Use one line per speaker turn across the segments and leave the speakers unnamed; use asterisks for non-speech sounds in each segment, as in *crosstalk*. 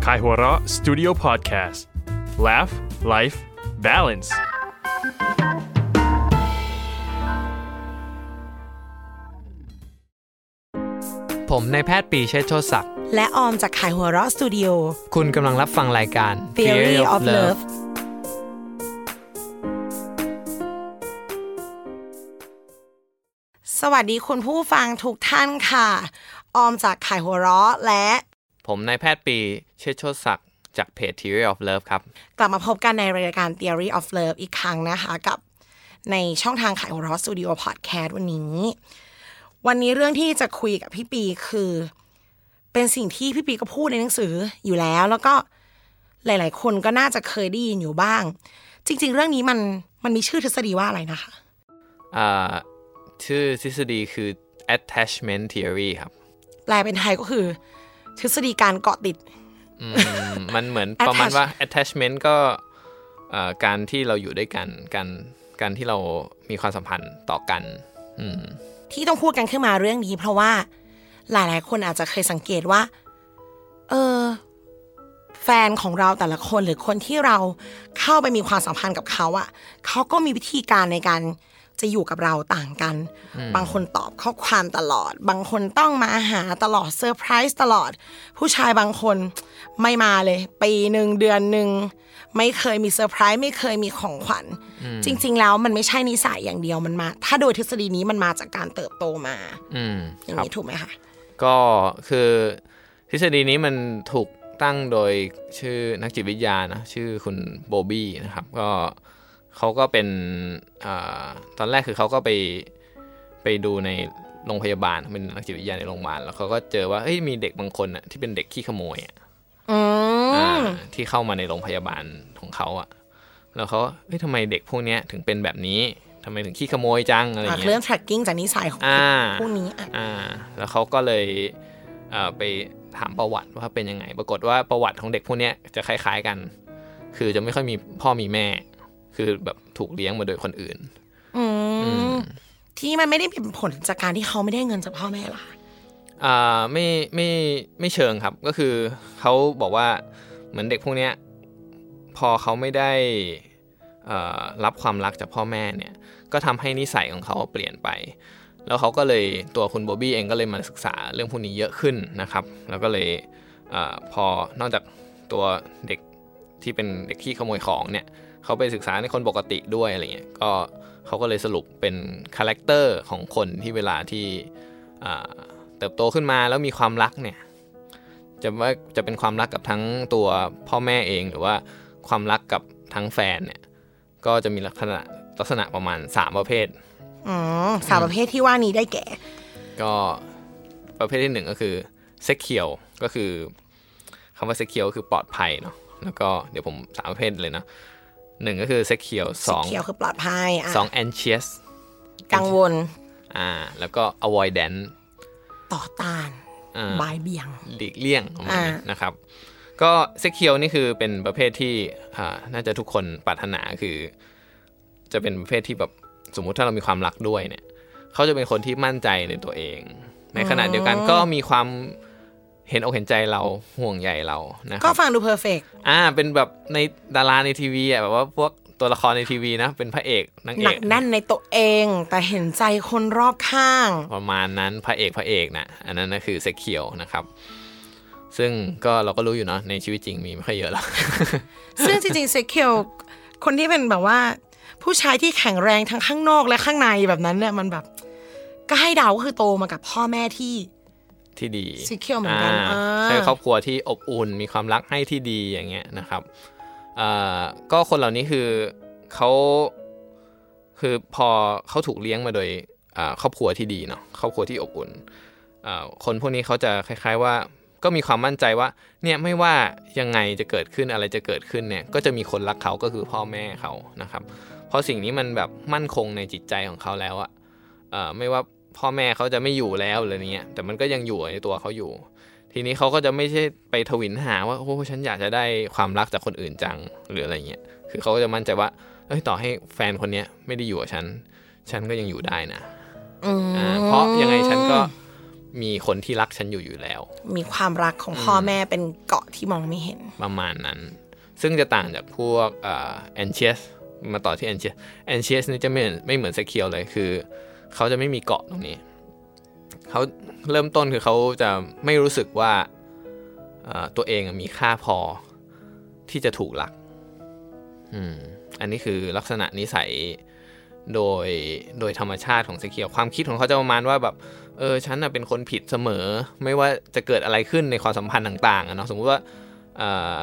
Kaihura Studio Podcast Laugh Life Balance
ผมนายแพทย์ปรีเชษฐ์โชติศักดิ์
และออมจากขายหัวเราะสตูดิโอ
คุณกำลังรับฟังรายการ
Theory of Love สวัสดีคุณผู้ฟังทุกท่านค่ะ ออมจากขายหัวเราะและ
ผมนายแพทย์ปรีเชษฐ์โชติศักดิ์จากเพจ Theory of Love ครับ
กลับมาพบกันในรายการ Theory of Love อีกครั้งนะคะกับในช่องทางขายหัวเราะสตูดิโอพอดแคสต์วันนี้ วันนี้เรื่องที่จะคุยกับพี่ปีคือ เป็นสิ่งที่พี่ปีก็พูดในหนังสืออยู่แล้ว แล้วก็หลาย ๆ คนก็น่าจะเคยได้ยินอยู่บ้าง จริง ๆ เรื่องนี้มันมันมีชื่อทฤษฎีว่าอะไรนะคะ
อ่าชื่อทฤษฎีคือ attachment theory ครับ
แปลเป็นไทยก็คือ ทฤษฎีการเกาะติด
อืม มันเหมื
*laughs*
อนประมาณว่า attachment ก็อ่าการที่เราอยู่ด้วยกัน การการที่เรามีความสัมพันธ์ต่อกัน อืม
ที่ต้องพูดกันขึ้นมาเรื่องนี้ เพราะว่าหลายๆ คนอาจจะเคยสังเกตว่า เออ แฟนของเราแต่ละคนหรือคนที่เราเข้าไปมีความสัมพันธ์กับเขาอะเขาก็มีวิธีการในการจะอยู่กับเราต่างกัน บางคนตอบข้อความตลอด บางคนต้องมาหาตลอดเซอร์ไพรส์ตลอด ผู้ชายบางคนไม่มาเลย ปีหนึ่งเดือนหนึ่งไม่เคยมีเซอร์ไพรส์ไม่เคยมีของขวัญ จริง ๆ แล้วมันไม่ใช่นิสัยอย่างเดียวมันมา ถ้าโดยทฤษฎีนี้มันมาจากการเติบโตมา
อืม
อย่างนี้ถูกไหมคะ
ก็คือทฤษฎีนี้มันถูกตั้งโดยชื่อนักจิตวิทยานะชื่อคุณโบบี้นะครับ ก็เขาก็เป็นอาตอนแรกคือเขาก็ไปไปดูในโรงพยาบาลเป็นนักจิตวิทยาในโรงพยาบาลแล้วเขาก็เจอว่าเฮ้ยมีเด็กบางคนน่ะที่เป็นเด็กขี้ขโมยอะ
อื
อ่าม ที่เข้ามาในโรงพยาบาลของเขาอะแล้วเขาเฮ้ยทำไมเด็กพวกเนี้ยถึงเป็นแบบนี้ทำไมถึงขี้ขโมยจังอะไร
อ่ะ
เงี้ย
เริ่ม tracking จากนิสัยของ
อ่า
พวกนี้อ่ะ
อ่าแล้วเขาก็เลยเอ่อไปถามประวัติว่าเป็นยังไง ปรากฏว่าประวัติของเด็กพวกเนี้ยจะคล้าย ๆกัน คือจะไม่ค่อยมีพ่อมีแม่ คือแบบถูกเลี้ยงมาโดยคนอื่น
อืมที่มันไม่ได้เป็นผลจากการที่เขาไม่ได้เงินจากพ่อแม่ล่ะ
อ่าไม่ไม่ไม่เชิงครับก็คือเขาบอกว่าเหมือนเด็กพวกเนี้ยพอเขาไม่ได้เอ่อรับความรักจากพ่อแม่เนี่ยก็ทำให้นิสัยของเขาเปลี่ยนไป แล้วเขาก็เลยตัวคุณโบบี้เองก็เลยมาศึกษาเรื่องพวกนี้เยอะขึ้นนะครับ แล้วก็เลยเออพอนอกจากตัวเด็กที่เป็นเด็กที่ขโมยของเนี่ยเขาไปศึกษาในคนปกติด้วยอะไรเงี้ยก็เขาก็เลยสรุปเป็นคาแรคเตอร์ของคนที่เวลาที่อ่า เติบโตขึ้นมาแล้วมีความรักเนี่ยจะว่าจะเป็นความรักกับทั้งตัวพ่อแม่เองหรือว่าความรักกับทั้งแฟนเนี่ยก็จะมีลักษณะลักษณะประมาณ 3 ประเภท
อืมสาวประเภทที่ว่านี้ได้แก่
ก็ประเภทที่หนึ่งก็คือเซ็กเคียวก็คือคำว่าเซ็กเคียวคือปลอดภัยเนาะแล้วก็เดี๋ยวผมสามประเภทเลยเนาะหนึ่งก็คือเซ็กเคียวสอง
เขียวคือปลอดภัยอ่ะ
สองแอนเชียส
กังวล
อ่าแล้วก็ avoidant
ต่อต้าน
อ่า
บายเบี่ยง
หลีกเลี่ยงประมาณนี้
อ่าน
นะครับ ก็เซ็กเคียวนี่คือเป็นประเภทที่อ่าน่าจะทุกคนปรารถนาคือ จะเป็นประเภทที่แบบสมมุติถ้าเรามีความรักด้วยเนี่ยเขาจะเป็นคนที่มั่นใจในตัวเอง ในขณะเดียวกันก็มีความเห็นอกเห็นใจเราห่วงใยเรานะค
ก็
รับ
ฟังดูเพอร์เฟก
อ่าเป็นแบบในดาราในทีวีอ่ะแบบว่าพวกตัวละครในทีวีนะ เป็นพระเอกนางเอ
หนัก
ก
แน่นในตัวเอง แต่เห็นใจคนรอบข้าง
ประมาณนั้นพระเอกพระเอกนะอันนั้นนะคือเซ็กเคียวนะครับ ซึ่งก็เราก็รู้อยู่เนาะในชีวิตจริงมีไม่ค่อยเยอะหรอก
ซึ่งจริงๆเซเคียวคนที่เป็นแบบว่า ผู้ชายที่แข็งแรงทั้งข้างนอกและข้างในแบบนั้นเนี่ยมันแบบ ก็ให้เดาก็คือโตมากับพ่อแม่ที่
ที่ดี
Secure เหมือนกันา อ่า
ใช่ครอบครัวที่อบอุ่นมีความรักให้ที่ดีอย่างเงี้ยนะครับอ่าก็คนเหล่านี้คือเขาคือพอเขาถูกเลี้ยงมาโดยอ่าครอบครัวที่ดีเนาะครอบครัวที่อบอุ่นอ่าคนพวกนี้เขาจะคล้าย ๆว่าก็มีความมั่นใจว่าเนี่ยไม่ว่ายังไงจะเกิดขึ้นอะไรจะเกิดขึ้นเนี่ยก็จะมีคนรักเขาก็คือพ่อแม่เขานะครับ เพราะสิ่งนี้มันแบบมั่นคงในจิตใจของเขาแล้วอะ เอ่อไม่ว่าพ่อแม่เขาจะไม่อยู่แล้วอะไรเงี้ยแต่มันก็ยังอยู่ในตัวเขาอยู่ ทีนี้เขาก็จะไม่ใช่ไปทวินหาว่าโอ้ฉันอยากจะได้ความรักจากคนอื่นจังหรืออะไรเงี้ยคือเขาก็จะมั่นใจว่าเอ้ยต่อให้แฟนคนเนี้ยไม่ได้อยู่กับฉัน ฉันก็ยังอยู่ได้นะ
อืม
อ่าเพราะยังไงฉันก็ มีคนที่รักฉันอยู่อยู่แล้ว
มีความรักของพ่อแม่เป็นเกาะที่มองไม่เห็น
ประมาณนั้น ซึ่งจะต่างจากพวกเอ่อ anxious มาต่อที่ anxious anxious นี่จะไม่ไม่เหมือน secure เลยคือ เขาจะไม่มีเกาะตรงนี้ เขาเริ่มต้นคือเขาจะไม่รู้สึกว่าเอ่อตัวเองมีค่าพอที่จะถูกรักอืมอันนี้คือลักษณะนิสัยโดยโดยธรรมชาติของเซเคียวความคิดของเขาจะประมาณว่าแบบ เออฉันน่ะเป็นคนผิดเสมอ ไม่ว่าจะเกิดอะไรขึ้นในความสัมพันธ์ต่างๆอะเนาะสมมุติว่า เอ่อ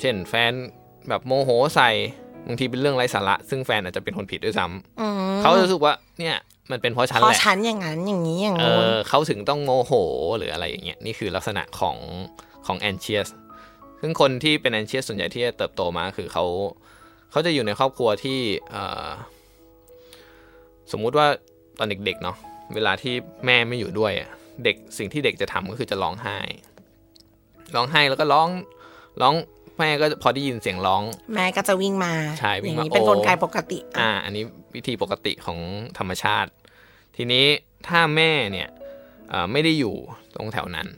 เช่นแฟนแบบโมโหใส่บางทีเป็นเรื่องไร้สาระ ซึ่งแฟนอาจจะเป็นคนผิดด้วยซ้
อืม
ำเขาจะรู้สึกว่าเนี่ยมันเป็นเพราะฉัน
เพราะ
แหละ
ฉันอย่างนั้นอย่างนี้อย่าง
เอ
นู้น
อเขาถึงต้องโมโหหรืออะไรอย่างเงี้ยนี่คือลักษณะของของแอนเชียสซึ่งคนที่เป็นแอนเชียสส่วนใหญ่ที่จะเติบโตมาคือเขาเขาจะอยู่ในครอบครัวที่เอ่อสมมุติว่าตอนเด็กๆเนาะเวลาที่แม่ไม่อยู่ด้วยอะเด็กสิ่งที่เด็กจะทำก็คือจะร้องไห้ ร้องไห้แล้วก็ร้องร้องแม่ก็พอได้ยินเสียงร้อง
แม่ก็จะวิ่งมา
ใช่วิ่
องย่า
มา
งนี้เป็น
โอ้
กลไกปกติ
อ่า อันนี้วิธีปกติของธรรมชาติ ทีนี้ถ้าแม่เนี่ยเอ่อไม่ได้อยู่ตรงแถวนั้น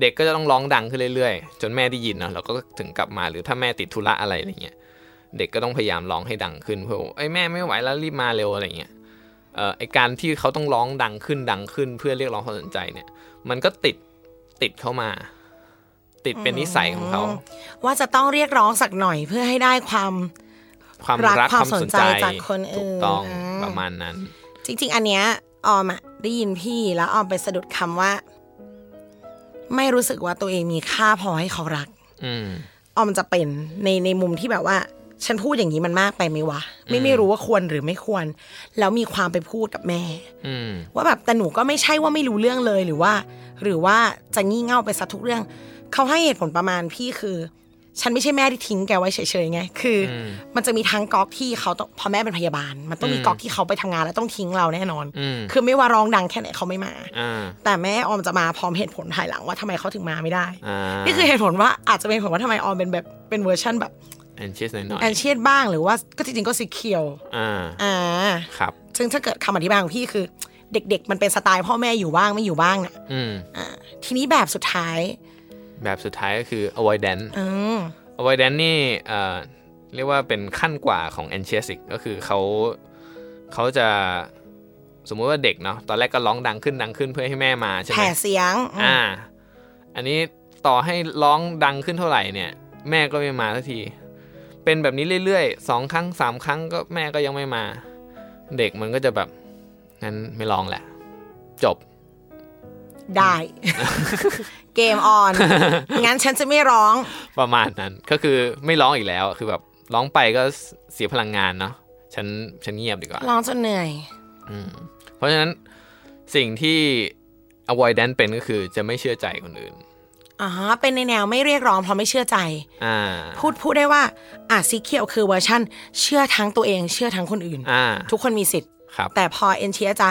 เด็กก็จะต้องร้องดังขึ้นเรื่อยๆ จนแม่ได้ยินเนาะแล้วก็ถึงกลับมาหรือถ้าแม่ติดธุระอะไรอะไรเงี้ยเด็กก็ต้องพยายามร้องให้ดังขึ้นเพื่อไอ้ยแม่ไม่ไหวแล้วรีบมาเร็วอะไรเงี้ยเอ่อไอการที่เขาต้องร้องดังขึ้นดังขึ้น เพื่อเรียกร้องความสนใจเนี่ย มันก็ติดติดเข้ามา ติดเป็นนิสัยของเขา
ว่าจะต้องเรียกร้องสักหน่อยเพื่อให้ได้ความ
ความ
รัก
รักค
คาว
วาม ม
ส
ส
น
น
ใจ
ใจ
จากคนอื่
ถู
น
กต้อง
อ่า
ประมาณนั้น
จริง ๆ อันเนี้ยออมอะได้ยินพี่แล้วออมไปสะดุดคำว่า ไม่รู้สึกว่าตัวเองมีค่าพอให้เขารัก
อืม
ออมจะเป็นในในมุมที่แบบว่า ฉันพูดอย่างนี้มันมากไปไหมวะ ไม่ไม่รู้ว่าควรหรือไม่ควร แล้วมีความไปพูดกับแม่
อืม
ว่าแบบแต่หนูก็ไม่ใช่ว่าไม่รู้เรื่องเลยหรือว่า หรือว่าจะงี่เง่าไปซะทุกเรื่อง เขาให้เหตุผลประมาณพี่คือ ฉันไม่ใช่แม่ที่ทิ้งแกไว้เฉยๆไง คืออมันจะมีทั้งก๊อกที่เขาต้องพอแม่เป็นพยาบาล มันต้องมีก๊อกที่เขาไปทำงานแล้วต้องทิ้งเราแน่นอน
อืม
คือไม่ว่าร้องดังแค่ไหนเขาไม่มา
อ่า
แต่แม่ออมจะมาพร้อมเหตุผลภายหลังว่าทำไมเขาถึงมาไม่ได้
อ่า
นี่คือเหตุผลว่าอาจจะเป็นเหตุผลว่าทำไมออมเป็นแบบเป็นเวอร์ชันแบบ
แอนเชสหน่อยหน่อย
แอนเชียบ้างหรือว่าก็จริงๆก็ซีเคียว
อ่า
อ่า
ครับ
ซึ่งถ้าเกิดคำอธิบายของพี่คือ เด็ก ๆ มันเป็นสไตล์พ่อแม่อยู่บ้างไม่อยู่บ้างน่ะ
อืม
อ่าทีนี้แบบสุดท้าย
แบบสุดท้ายก็คือ avoidance
อืม
avoidance นี่เอ่อเรียกว่าเป็นขั้นกว่าของ a n x i o u s อีกก็คือเขาเขาจะสมมุติว่าเด็กเนาะตอนแรกก็ร้องดังขึ้นดังขึ้นเพื่อให้แม่มาใช่ไหม
แผ่เสียงอื
อ่า
ม
อันนี้ต่อให้ร้องดังขึ้นเท่าไหร่เนี่ย แม่ก็ไม่มาสักที เป็นแบบนี้เรื่อยๆสองครั้งสามครั้งก็แม่ก็ยังไม่มา เด็กมันก็จะแบบงั้นไม่ร้องแหละ จบ
ได้ *laughs* เกมออน งั้นฉันจะไม่ร้อง
ประมาณนั้นก็คือไม่ร้องอีกแล้วคือแบบร้องไปก็เสียพลังงานเนาะฉันฉันเงียบดีกว่า
ร้องจนเหนื่อย
เพราะฉะนั้นสิ่งที่ avoidance เป็นก็คือจะไม่เชื่อใจคนอื่น
อ๋อ เป็นในแนวไม่เรียกร้องเพราะไม่เชื่อใจ
อ่า
พูดพูดได้ว่า อ่ะซีเคียวคือเวอร์ชั่น เชื่อทั้งตัวเอง เชื่อทั้งคนอื่น
อ่า
ทุกคนมีสิทธิ์
ครับ
แต่พอเอ็นเชียจะ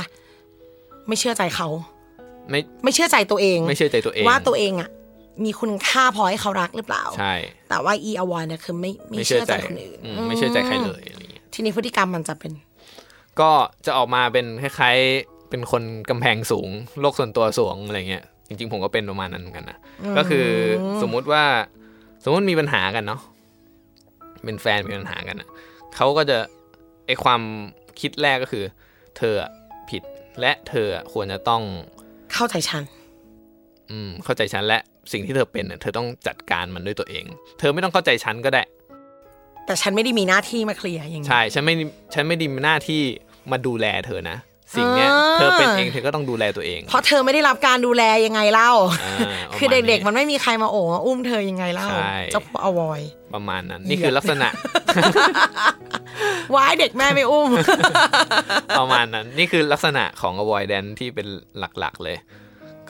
ไม่เชื่อใจเขา
ไม่
ไม่เชื่อใจตัวเอง
ไม่เชื่อใจตัวเอง
ว่าตัวเองอ่ะ มีคุณค่าพอให้เขารักหรือเปล่า
ใช่
แต่ว่า e a w a r เนี่ยคือไม่ไม่
ไม่เชื่
เชื่อ
อ
ใจ
ใจ
คนอื่น
อืมไม่เชื่อใจใครเลยอะไรเงี้ย
ทีนี้พฤติกรรมมันจะเป็น
ก็จะออกมาเป็นคล้ายๆเป็นคนกำแพงสูงโลกส่วนตัวสูงอะไรเงี้ยจริงๆ ผมก็เป็นประมาณนั้นเหมือนกันนะก็คือสมมุติว่าสมมุติมีปัญหากันเนาะ เป็นแฟนมีปัญหากันน่ะเขาก็จะไอความคิดแรกก็คือ เธออะผิดและเธออะควรจะต้อง
เข้าใจฉัน
อืมเข้าใจฉันและสิ่งที่เธอเป็นน่ะเธอต้องจัดการมันด้วยตัวเอง เธอไม่ต้องเข้าใจฉันก็ได้
แต่ฉันไม่ได้มีหน้าที่มาเคลียร์อย่างนี้
ใช่ฉันไม่ฉันไม่ไดีหน้าที่มาดูแลเธอนะ สิ่งเนี้ย
อ่า
เธอเป็นเองเธอก็ต้องดูแลตัวเอง
เพราะเธอไม่ได้รับการดูแลยังไงเล่า
อ่าประาณ
คือเด็กๆ มันไม่มีใครมาโอบมาอุ้มเธอยังไงเล่า
ใช่
เจ้าพ่ออวอย
ประมาณนั้น
เหยียบ
นี่คือลักษณะ
ว้ายเด็กแม่ไม่
*laughs*
อุ้ม
ประมาณนั้น นี่คือลักษณะของ avoidance ที่เป็นหลักๆเลย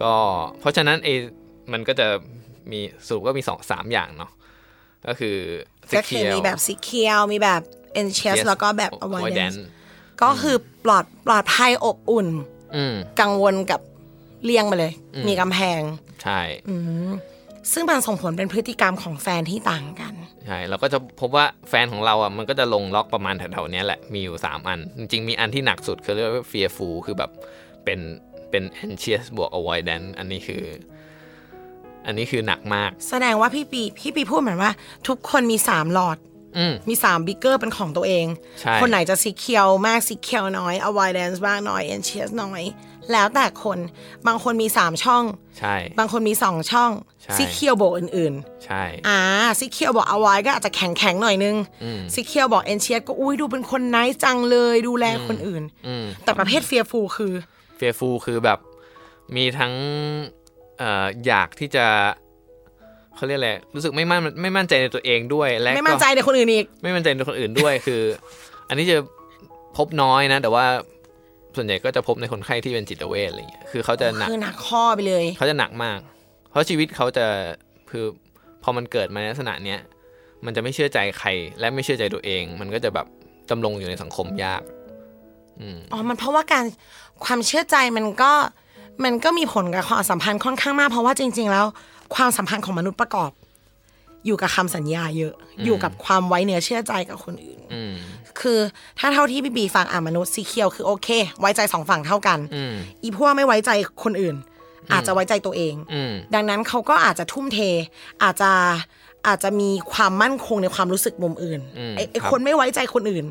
ก็เพราะฉะนั้นไอ้มันก็จะมีสรุปก็มีสองสามอย่างเนาะก็คือ
ก็คือ
secure
มีแบบสีเขียวมีแบบ e n c h e s แล้วก็แบบ avoidance
avoidance
ก็คือปลอดปลอดภัยอบอุ่น
อืม
กังวลกับเลี่ยงไปเลย มีกำแพง
ใช่
ซึ่งมันส่งผลเป็นพฤติกรรมของแฟนที่ต่างกัน
ใช่เราก็จะพบว่าแฟนของเราอ่ะมันก็จะลงล็อกประมาณแถวๆเนี้ยแหละ มีอยู่ 3 อัน จริงๆ มีอันที่หนักสุดคือเรียกว่า fearful คือแบบเป็น เป็น anxious บวก avoidant อันนี้คือ อันนี้คือหนักมาก
แสดงว่าพี่ปีพี่ปีพูดเหมือนว่า ทุกคนมีสามหลอด
อืม
มีสามบิ๊กเกอร์เป็นของตัวเอง
ใช่
คนไหนจะสีเขียวมากสีเขียวน้อย avoidance มากน้อย anxious น้อย แล้วแต่คน บางคนมีสามช่อง
ใช่
บางคนมีสองช่อง
ใช่
สีเขียวบวกอื่น ๆ
ใช่
อ่าสีเขียวบอกเอาไว้ก็อาจจะแข็งแข็งๆหน่อยนึงสีเขียวบอกเอนเชียก็อุ้ยดูเป็นคนไนซ์จังเลยดูแลคนอื่น แต่ประเภทเฟียฟูคือ
เฟียฟูคือแบบมีทั้งเอออยากที่จะเขาเรียกอะไรรู้สึกไม่มั่นไม่มั่นใจในตัวเองด้วยและก็
ไม่มั่นใจในคนอื่นอีก
ไม่มั่นใจในคนอื่นด้วย คือ อันนี้จะพบน้อยนะ แต่ว่าส่วนใหญ่ก็จะพบในคนไข้ที่เป็นจิตเวชอะไรเงี้ยคือเขาจะหนัก
คือหนักข้อไปเลย
เขาจะหนักมาก เพราะชีวิตเขาจะคือพอมันเกิดมาในลักษณะเนี้ยมันจะไม่เชื่อใจใคร และไม่เชื่อใจตัวเอง มันก็จะแบบดำรงอยู่ในสังคมยาก
อ๋อ มันเพราะว่าการความเชื่อใจมันก็มันก็มีผลกับความสัมพันธ์ค่อนข้างมาก เพราะว่าจริง ๆ แล้ว ความสัมพันธ์ของมนุษย์ประกอบ อยู่กับคำสัญญาเยอะ อยู่กับความไว้เนื้อเชื่อใจกับคนอื่น
อืม
คือถ้าเท่าที่พี่บีฟังอ่ะมนุษย์สีเขียวคือโอเค ไว้ใจสองฝั่งเท่ากัน
อืม
อีพวกไม่ไว้ใจคนอื่น อาจจะไว้ใจตัวเอง
อืม
ดังนั้นเขาก็อาจจะทุ่มเท อาจจะอาจจะมีความมั่นคงในความรู้สึกมุมอื่น
อืม
ไอ้ไอ้
ครับ
คนไม่ไว้ใจคนอื่น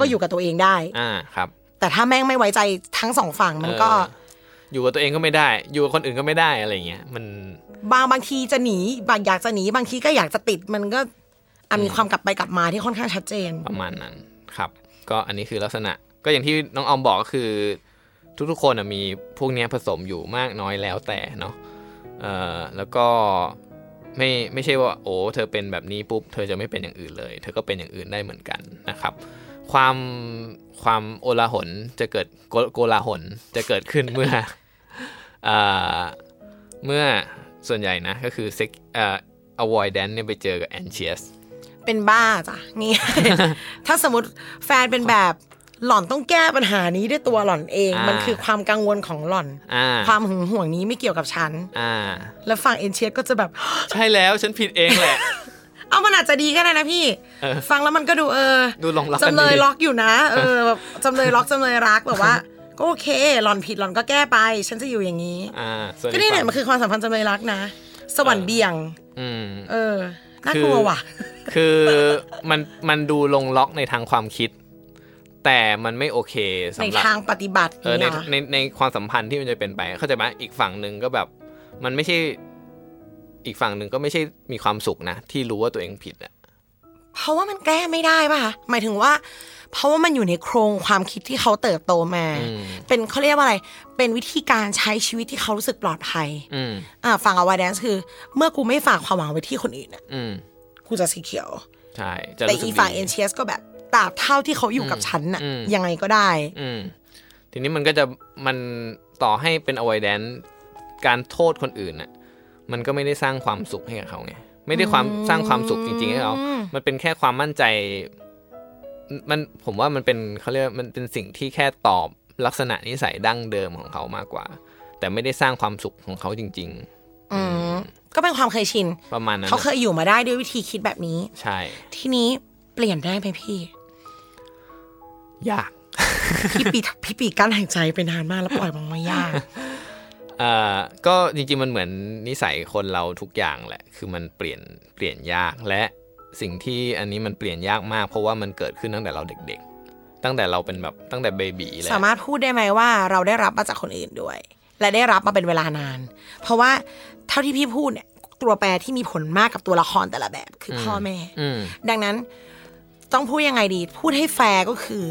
ก็อยู่กับตัวเองได้
อ่าครับ
แต่ถ้าแม่งไม่ไว้ใจทั้งสองฝั่งมันก็
เอออยู่กับตัวเองก็ไม่ได้ อยู่กับคนอื่นก็ไม่ได้อะไรเงี้ย มัน
บางบางทีจะหนี บางอยากจะหนีบางทีก็อยากจะติดมันก็อ่ะมีความกลับไปกลับมาที่ค่อนข้างชัดเจน
ประมาณนั้นครับ ก็อันนี้คือลักษณะ ก็อย่างที่น้องออมบอกก็คือ ทุกๆคนน่ะมีพวกเนี้ยผสมอยู่มากน้อยแล้วแต่เนาะเอ่อแล้วก็ไม่ไม่ใช่ว่าโอ้เธอเป็นแบบนี้ปุ๊บเธอจะไม่เป็นอย่างอื่นเลย เธอก็เป็นอย่างอื่นได้เหมือนกันนะครับ ความความโอลาหลจะเกิดโกโกลาหลจะเกิดขึ้นเมื่อ *laughs* เอ่อเมื่อส่วนใหญ่นะก็คือ sex- เอ่อ avoidance เนี่ยไปเจอกับ anxious
เป็นบ้าจ้ะ
*laughs*
นี่ ถ้าสมมติแฟนเป็นแบบหล่อนต้องแก้ปัญหานี้ด้วยตัวหล่อนเอง
อ่ามั
มันคือความกังวลของหล่อน
อ่า
ความหึงหวงนี้ไม่เกี่ยวกับฉัน
อ่า
แล้วฝั่งเอนเชียก็จะแบบ
ใช่แล้วฉันผิดเองแหละ
เอามันอาจจะดีก็ได้นะพี่ ฟังแล้วมันก็ดูเออ
ดูลงล็อกกันดี
จำเลยล็อกอยู่นะ เออแบบจำเลยล็อกจำเลยรักแบบว่า ก็โอเคหล่อนผิดหล่อนก็แก้ไป ฉันจะอยู่อย่างนี้
อ่าส่วน
ก็นี่แหละ
ฝั่ง
มันคือความสัมพันธ์จำเลยรักนะ สวรรค์เบี่ยง
อืม
เออน่า
คื
ก
อ
ลัวว่ะ
คือมันมันดูลงล็อกในทางความคิด แต่มันไม่โอเค
ใน
สำหรับ
ทางปฏิบัติ
เออใน
เนี่ยหรอ
ในในความสัมพันธ์ที่มันจะเป็นไป เข้าใจไหมอีกฝั่งหนึ่งก็แบบ มันไม่ใช่อีกฝั่งหนึ่งก็ไม่ใช่มีความสุขนะ ที่รู้ว่าตัวเองผิดอ่ะ
เพราะว่ามันแก้ไม่ได้ป่ะคะหมายถึงว่า เพราะว่ามันอยู่ในโครงความคิดที่เขาเติบโตมา เป็นเขาเรียกว่าอะไร เป็นวิธีการใช้ชีวิตที่เขารู้สึกปลอดภัย
อืม
อ่าฝั่งอวาแดนซ์คือ เมื่อกูไม่ฝากความหวังไว้ที่คนอื่นน่ะ
อืม
กูจะสีเขียว
ใช่จะ
แต่
รู้สึก
อีฝั่ง
ดี
เอนเชียสก็แบบตราบเท่าที่เขาอยู่กับฉันน่ะ
อืม
ยังไงก็ได้
อืมทีนี้มันก็จะมันต่อให้เป็น avoidance การโทษคนอื่นน่ะมันก็ไม่ได้สร้างความสุขให้กับเขาไงไม่ได้ความสร้างความสุขจริงๆให้เขา มันเป็นแค่ความมั่นใจ มันผมว่ามันเป็นเขาเรียกว่ามันเป็นสิ่งที่แค่ตอบลักษณะนิสัยดั้งเดิมของเขามากกว่า แต่ไม่ได้สร้างความสุขของเขาจริง
อืมก็เป็นความเคยชิน
ๆ ประมาณนั้น
เขาเคยอยู่มาได้ด้วยวิธีคิดแบบนี้
ใช่
ทีนี้เปลี่ยนได้ไหมพี่
ยาก
พี่ปีพี่ปีกั้นหายใจไปนานมากแล้วปล่อยมันมายาก
เอ่อก็จริงๆมันเหมือนนิสัยคนเราทุกอย่างแหละ คือมันเปลี่ยนเปลี่ยนยากและสิ่งที่อันนี้มันเปลี่ยนยากมาก เพราะว่ามันเกิดขึ้นตั้งแต่เราเด็ก ๆ ตั้งแต่เราเป็นแบบตั้งแต่เบบี *laughs* แล้ว
สามารถพูดได้ไหมว่าเราได้รับมาจากคนอื่นด้วย และได้รับมาเป็นเวลานาน เพราะว่าเท่าที่พี่พูดเนี่ยตัวแปรที่มีผลมากกับตัวละครแต่ละแบบคือพ่อแม่
อืม
ดังนั้นต้องพูดยังไงดี พูดให้แฟร์ก็คือ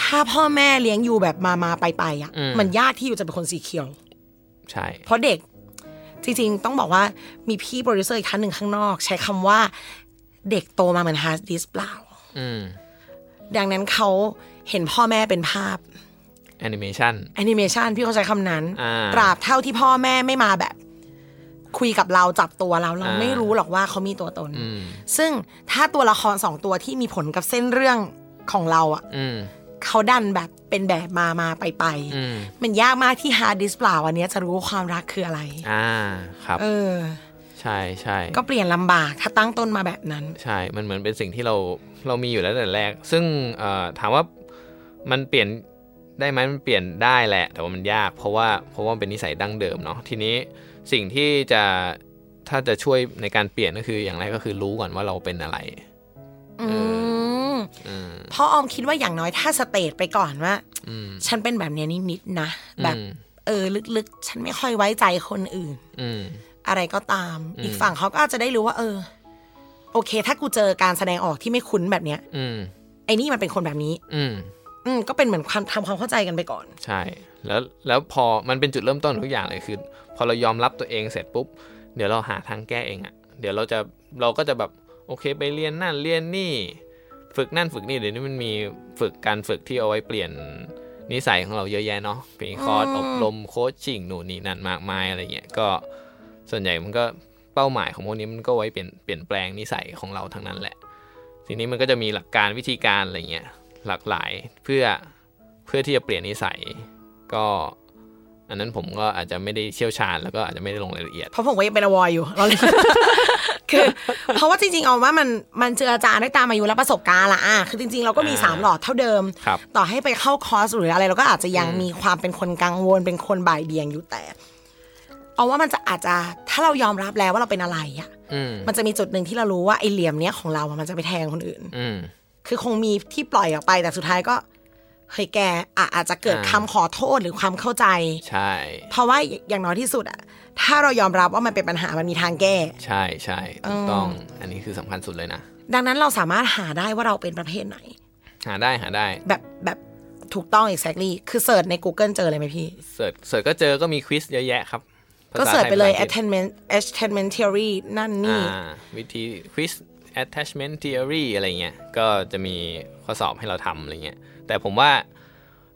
ถ้าพ่อแม่เลี้ยงอยู่แบบมามาไปไปอ่ะ
อืม
มันยากที่อยู่จะเป็นคนสีเขียว
ใช่
เพราะเด็กจริงๆ ต้องบอกว่ามีพี่โปรดิวเซอร์อีกท่านหนึ่งข้างนอก ใช้คำว่าเด็กโตมาเหมือนฮาร์ดดิสก์เปล่า
อืม
ดังนั้นเขาเห็นพ่อแม่เป็นภาพ
แอนิเมชัน
แอนิเมชันพี่เขาใช้คำนั้น
อ่า
ตราบเท่าที่พ่อแม่ไม่มาแบบ คุยกับเราจับตัวเราเรา
อ่า
ไม่รู้หรอกว่าเขามีตัวตน
อืม
ซึ่งถ้าตัวละครสองตัวที่มีผลกับเส้นเรื่องของเราอ่ะ
อืม
เขาดันแบบเป็นแบบมามาไปไปๆ
อืม
มันยากมากที่ฮาร์ดดิสก์เปล่าอันเนี้ยจะรู้ว่าความรักคืออะไร
อ่า ครับ
เออ
ใช่ใช่
ก็เปลี่ยนลำบากถ้าตั้งต้นมาแบบนั้น
ใช่ มันเหมือนเป็นสิ่งที่เราเรามีอยู่แล้วแต่แรก ซึ่งเอ่อถามว่ามันเปลี่ยน ได้ไหมมันเปลี่ยนได้แหละ แต่ว่ามันยาก เพราะว่าเพราะว่ามันเป็นนิสัยดั้งเดิมเนาะทีนี้สิ่งที่จะถ้าจะช่วยในการเปลี่ยนก็คืออย่างแรกก็คือรู้ก่อนว่าเราเป็นอะไร
อืม
อืม
เพราะออมคิดว่าอย่างน้อยถ้าสเตทไปก่อนว่า
อืม
ฉันเป็นแบบเนี้ยนิดๆนะ แบบ
อืม
เออ ลึกๆ ฉันไม่ค่อยไว้ใจคนอื่น
อืม
อะไรก็ตาม
อืม
อีกฝั่งเขาก็อาจจะได้รู้ว่า เออ โอเค ถ้ากูเจอการแสดงออกที่ไม่คุ้นแบบเนี้ย
อืม
ไอ้นี่มันเป็นคนแบบนี้
อืม
อืมก็เป็นเหมือนความทำความเข้าใจกันไปก่อน
ใช่ แล้วแล้วพอมันเป็นจุดเริ่มต้นของทุกอย่างเลยคือ พอเรายอมรับตัวเองเสร็จปุ๊บ เดี๋ยวเราหาทางแก้เองอะเดี๋ยวเราจะเราก็จะแบบโอเคไปเรียนนั่นเรียนนี่ ฝึกนั่นฝึกนี่เดี๋ยวนี้มันมีฝึกการฝึกที่เอาไว้เปลี่ยนนิสัยของเราเยอะแยะเนาะเป็นคอร์ส
อืม
อบรมโคชชิ่งหนูนนี่นั่นมากมายอะไรเงี้ยก็ส่วนใหญ่มันก็เป้าหมายของพวกนี้มันก็ไว้เปลี่ยนเปลี่ยนแปลงนิสัยของเราทั้งนั้นแหละ ทีนี้มันก็จะมีหลักการวิธีการอะไรเงี้ยหลากหลายเพื่อเพื่อที่จะเปลี่ยนนิสัย ก็อันนั้นผมก็อาจจะไม่ได้เชี่ยวชาญแล้วก็อาจจะไม่ได้ลงรายละเอียด
เพราะผมก็ยังเป็นอวอยอยู่ *laughs* เราเลย คือ เพราะว่าจริงๆเอาว่ามันมันเจออาจารย์ได้ตามอายุและประสบการณ์ละอ่ะคือจริงๆ เราก็มี
อ่า
สามหลอดเท่าเดิม
ครับ
ต่อให้ไปเข้าคอร์สหรืออะไรเราก็อาจจะยัง
อืม
มีความเป็นคนกังวลเป็นคนบ่ายเบียงอยู่แต่ เอาว่ามันจะอาจจะถ้าเรายอมรับแล้วว่าเราเป็นอะไรอะ
อืม
มันจะมีจุดหนึ่งที่เรารู้ว่าไอเหลี่ยมเนี้ยของเราอะมันจะไปแทงคนอื่น
อืม
คือคงมีที่ปล่อยออกไปแต่สุดท้ายก็เฮ้ยแกอ่ะอาจจะเกิด
อ่า
คำขอโทษหรือความเข้าใจ
ใช่
เพราะว่าอย่างน้อยที่สุดอะถ้าเรายอมรับว่ามันเป็นปัญหามันมีทางแก้
ใช่ใช่ถูกต้องอันนี้คือสำคัญสุดเลยนะ
ดังนั้นเราสามารถหาได้ว่าเราเป็นประเภทไหน
หาได้หาได้
แบบแบบถูกต้อง exactly คือเสิร์ชใน Google เจอเลยไหมพี่
เสิร์ชเสิร์ชก็เจอก็มีควิสเยอะแยะครับ
ก็เสิร์ชไปเลย
ภาษาไท
attainment attainment theory นั่นนี่
อ่าวิธี quiz attachment theory อะไรเงี้ย ก็จะมีข้อสอบให้เราทำอะไรเงี้ย แต่ผมว่า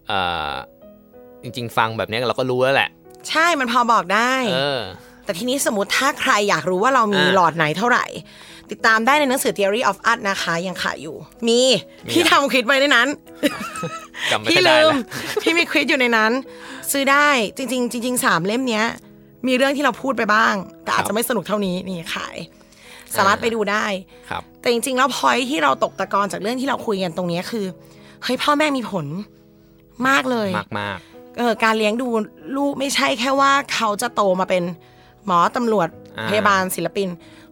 เอ่อจริง ๆ ฟังแบบเนี้ยเราก็รู้แล้วแหละ
ใช่มันพอบอกได้
เออ
แต่ทีนี้สมมติถ้าใครอยากรู้ว่าเรามี
อ่า
หลอดไหนเท่าไหร่ ติดตามได้ในหนังสือ theory of art นะคะ ยังขายอยู่ มี
มี
พี่
อ่ะ
ทำควิดไว้ในนั้น
จำไม่
พี่
ค่อยได้
ลื
แล้
ม *laughs*
ว
พี่มีควิดอยู่ในนั้น ซื้อได้จริง ๆ จริงๆสามเล่มเนี้ย มีเรื่องที่เราพูดไปบ้าง แต่อาจจะไม่สนุกเท่านี้นี่ขาย สามารถไปดูได้
ครับ
แต่จริงๆ แล้วพอยที่เราตกตะกอนจากเรื่องที่เราคุยกันตรงเนี้ยคือเฮ้ยพ่อแม่มีผลมากเลย
มากมาก
เออการเลี้ยงดูลูกไม่ใช่แค่ว่าเขาจะโตมาเป็นหมอตำรวจพยาบาลศิลปิน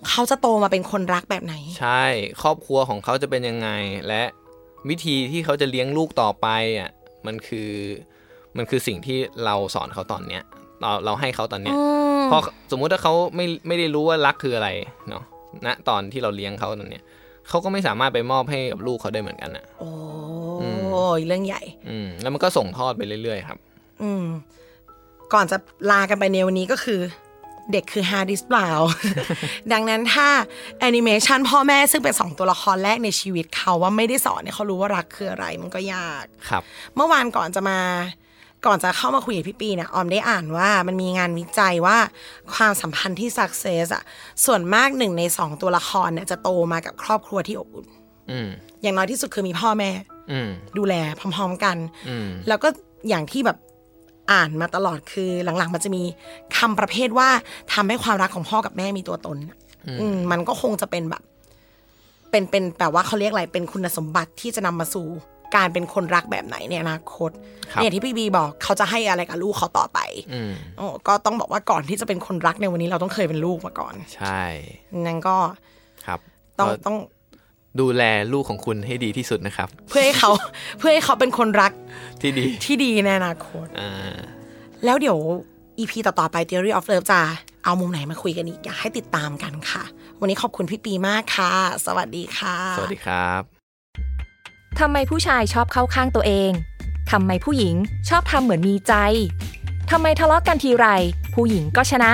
เขาจะโตมาเป็นคนรักแบบไหน
ๆ ใช่ ครอบครัวของเขาจะเป็นยังไง และวิธีที่เขาจะเลี้ยงลูกต่อไปอ่ะ มันคือ มันคือสิ่งที่เราสอนเขาตอนเนี้ย เราเราให้เขาตอนเนี้ย เพราะสมมุติถ้าเขาไม่ไม่ได้รู้ว่ารักคืออะไรเนาะณตอนที่เราเลี้ยงเขาตอนเนี้ยเขาก็ไม่สามารถไปมอบให้กับลูกเขาได้เหมือนกันอ่ะ
โอ้ยเรื่องใหญ่
อืมแล้วมันก็ส่งทอดไปเรื่อยๆครับ
อืม ก่อนจะลากันไปในวันนี้ก็คือ เด็กคือฮาร์ดดิสก์เปล่า *laughs* ดังนั้นถ้าแอนิเมชันพ่อแม่ซึ่งเป็นสองตัวละครแรกในชีวิตเขาว่าไม่ได้สอนให้เขารู้ว่ารักคืออะไรมันก็ยาก
ครับ
เมื่อวานก่อนจะมา ก่อนจะเข้ามาคุยกับพี่ปีเนี่ยออมได้อ่านว่ามันมีงานวิจัยว่าความสัมพันธ์ที่สักเซสอะส่วนมากหนึ่งในสองตัวละครเนี่ยจะโตมากับครอบครัวที่อบอุ่น
อืม
อย่างน้อยที่สุดคือมีพ่อแม่
อืม
ดูแลพร้อมๆกัน
อืม
แล้วก็อย่างที่แบบอ่านมาตลอดคือหลังๆ มันจะมีคำประเภทว่าทำให้ความรักของพ่อกับแม่มีตัวตนน่ะอืมมันก็คงจะเป็นแบบ เป็นเป็นแบบว่าเขาเรียกอะไรเป็นคุณสมบัติที่จะนำมาสู่การเป็นคนรักแบบไหนในอนาคต
ครับ
เนี่ยที่พี่บีบอกเขาจะให้อะไรกับลูกเขาต่อไป
อืม
โอ้ก็ต้องบอกว่าก่อนที่จะเป็นคนรักในวันนี้เราต้องเคยเป็นลูกมาก่อน
ใช่
นั่นก็
ครับ
ต้อง
ก็
ต้อง
ดูแลลูกของคุณให้ดีที่สุดนะครับ
เพื่อให้เขา เพื่อให้เขาเป็นคนรัก
ที่ดี
ที่ดีในอนาคต
อ่า
แล้วเดี๋ยว EP ต่อ ๆ ไป Theory of Love จะเอามุมไหนมาคุยกันอีก อยากให้ติดตามกันค่ะ วันนี้ขอบคุณพี่ปีมากค่ะ สวัสดีค่ะ
สวัสดีครับ
ทำไมผู้ชายชอบเข้าข้างตัวเอง ทำไมผู้หญิงชอบทำเหมือนมีใจ ทำไมทะเลาะกันทีไร ผู้หญิงก็ชนะ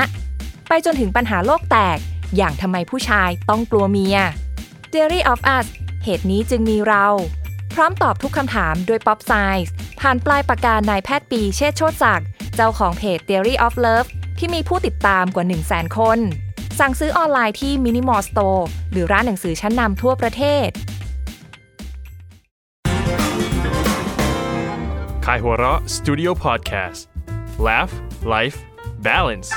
ไปจนถึงปัญหาโลกแตก อย่างทำไมผู้ชายต้องกลัวเมีย Theory of Us เหตุนี้จึงมีเรา พร้อมตอบทุกคำถามด้วย Pop Science ผ่านปลายปากกานายแพทย์ปีเชษฐ์โชติศักดิ์เจ้าของเพจ Theory of Love ที่มีผู้ติดตามกว่า 1 0 0 0 0 0 คน สั่งซื้อออนไลน์ที่ Minimal Store หรือร้านหนังสือชั้นนำทั่วประเทศ
Kaihura Studio Podcast. Laugh, Life, Balance.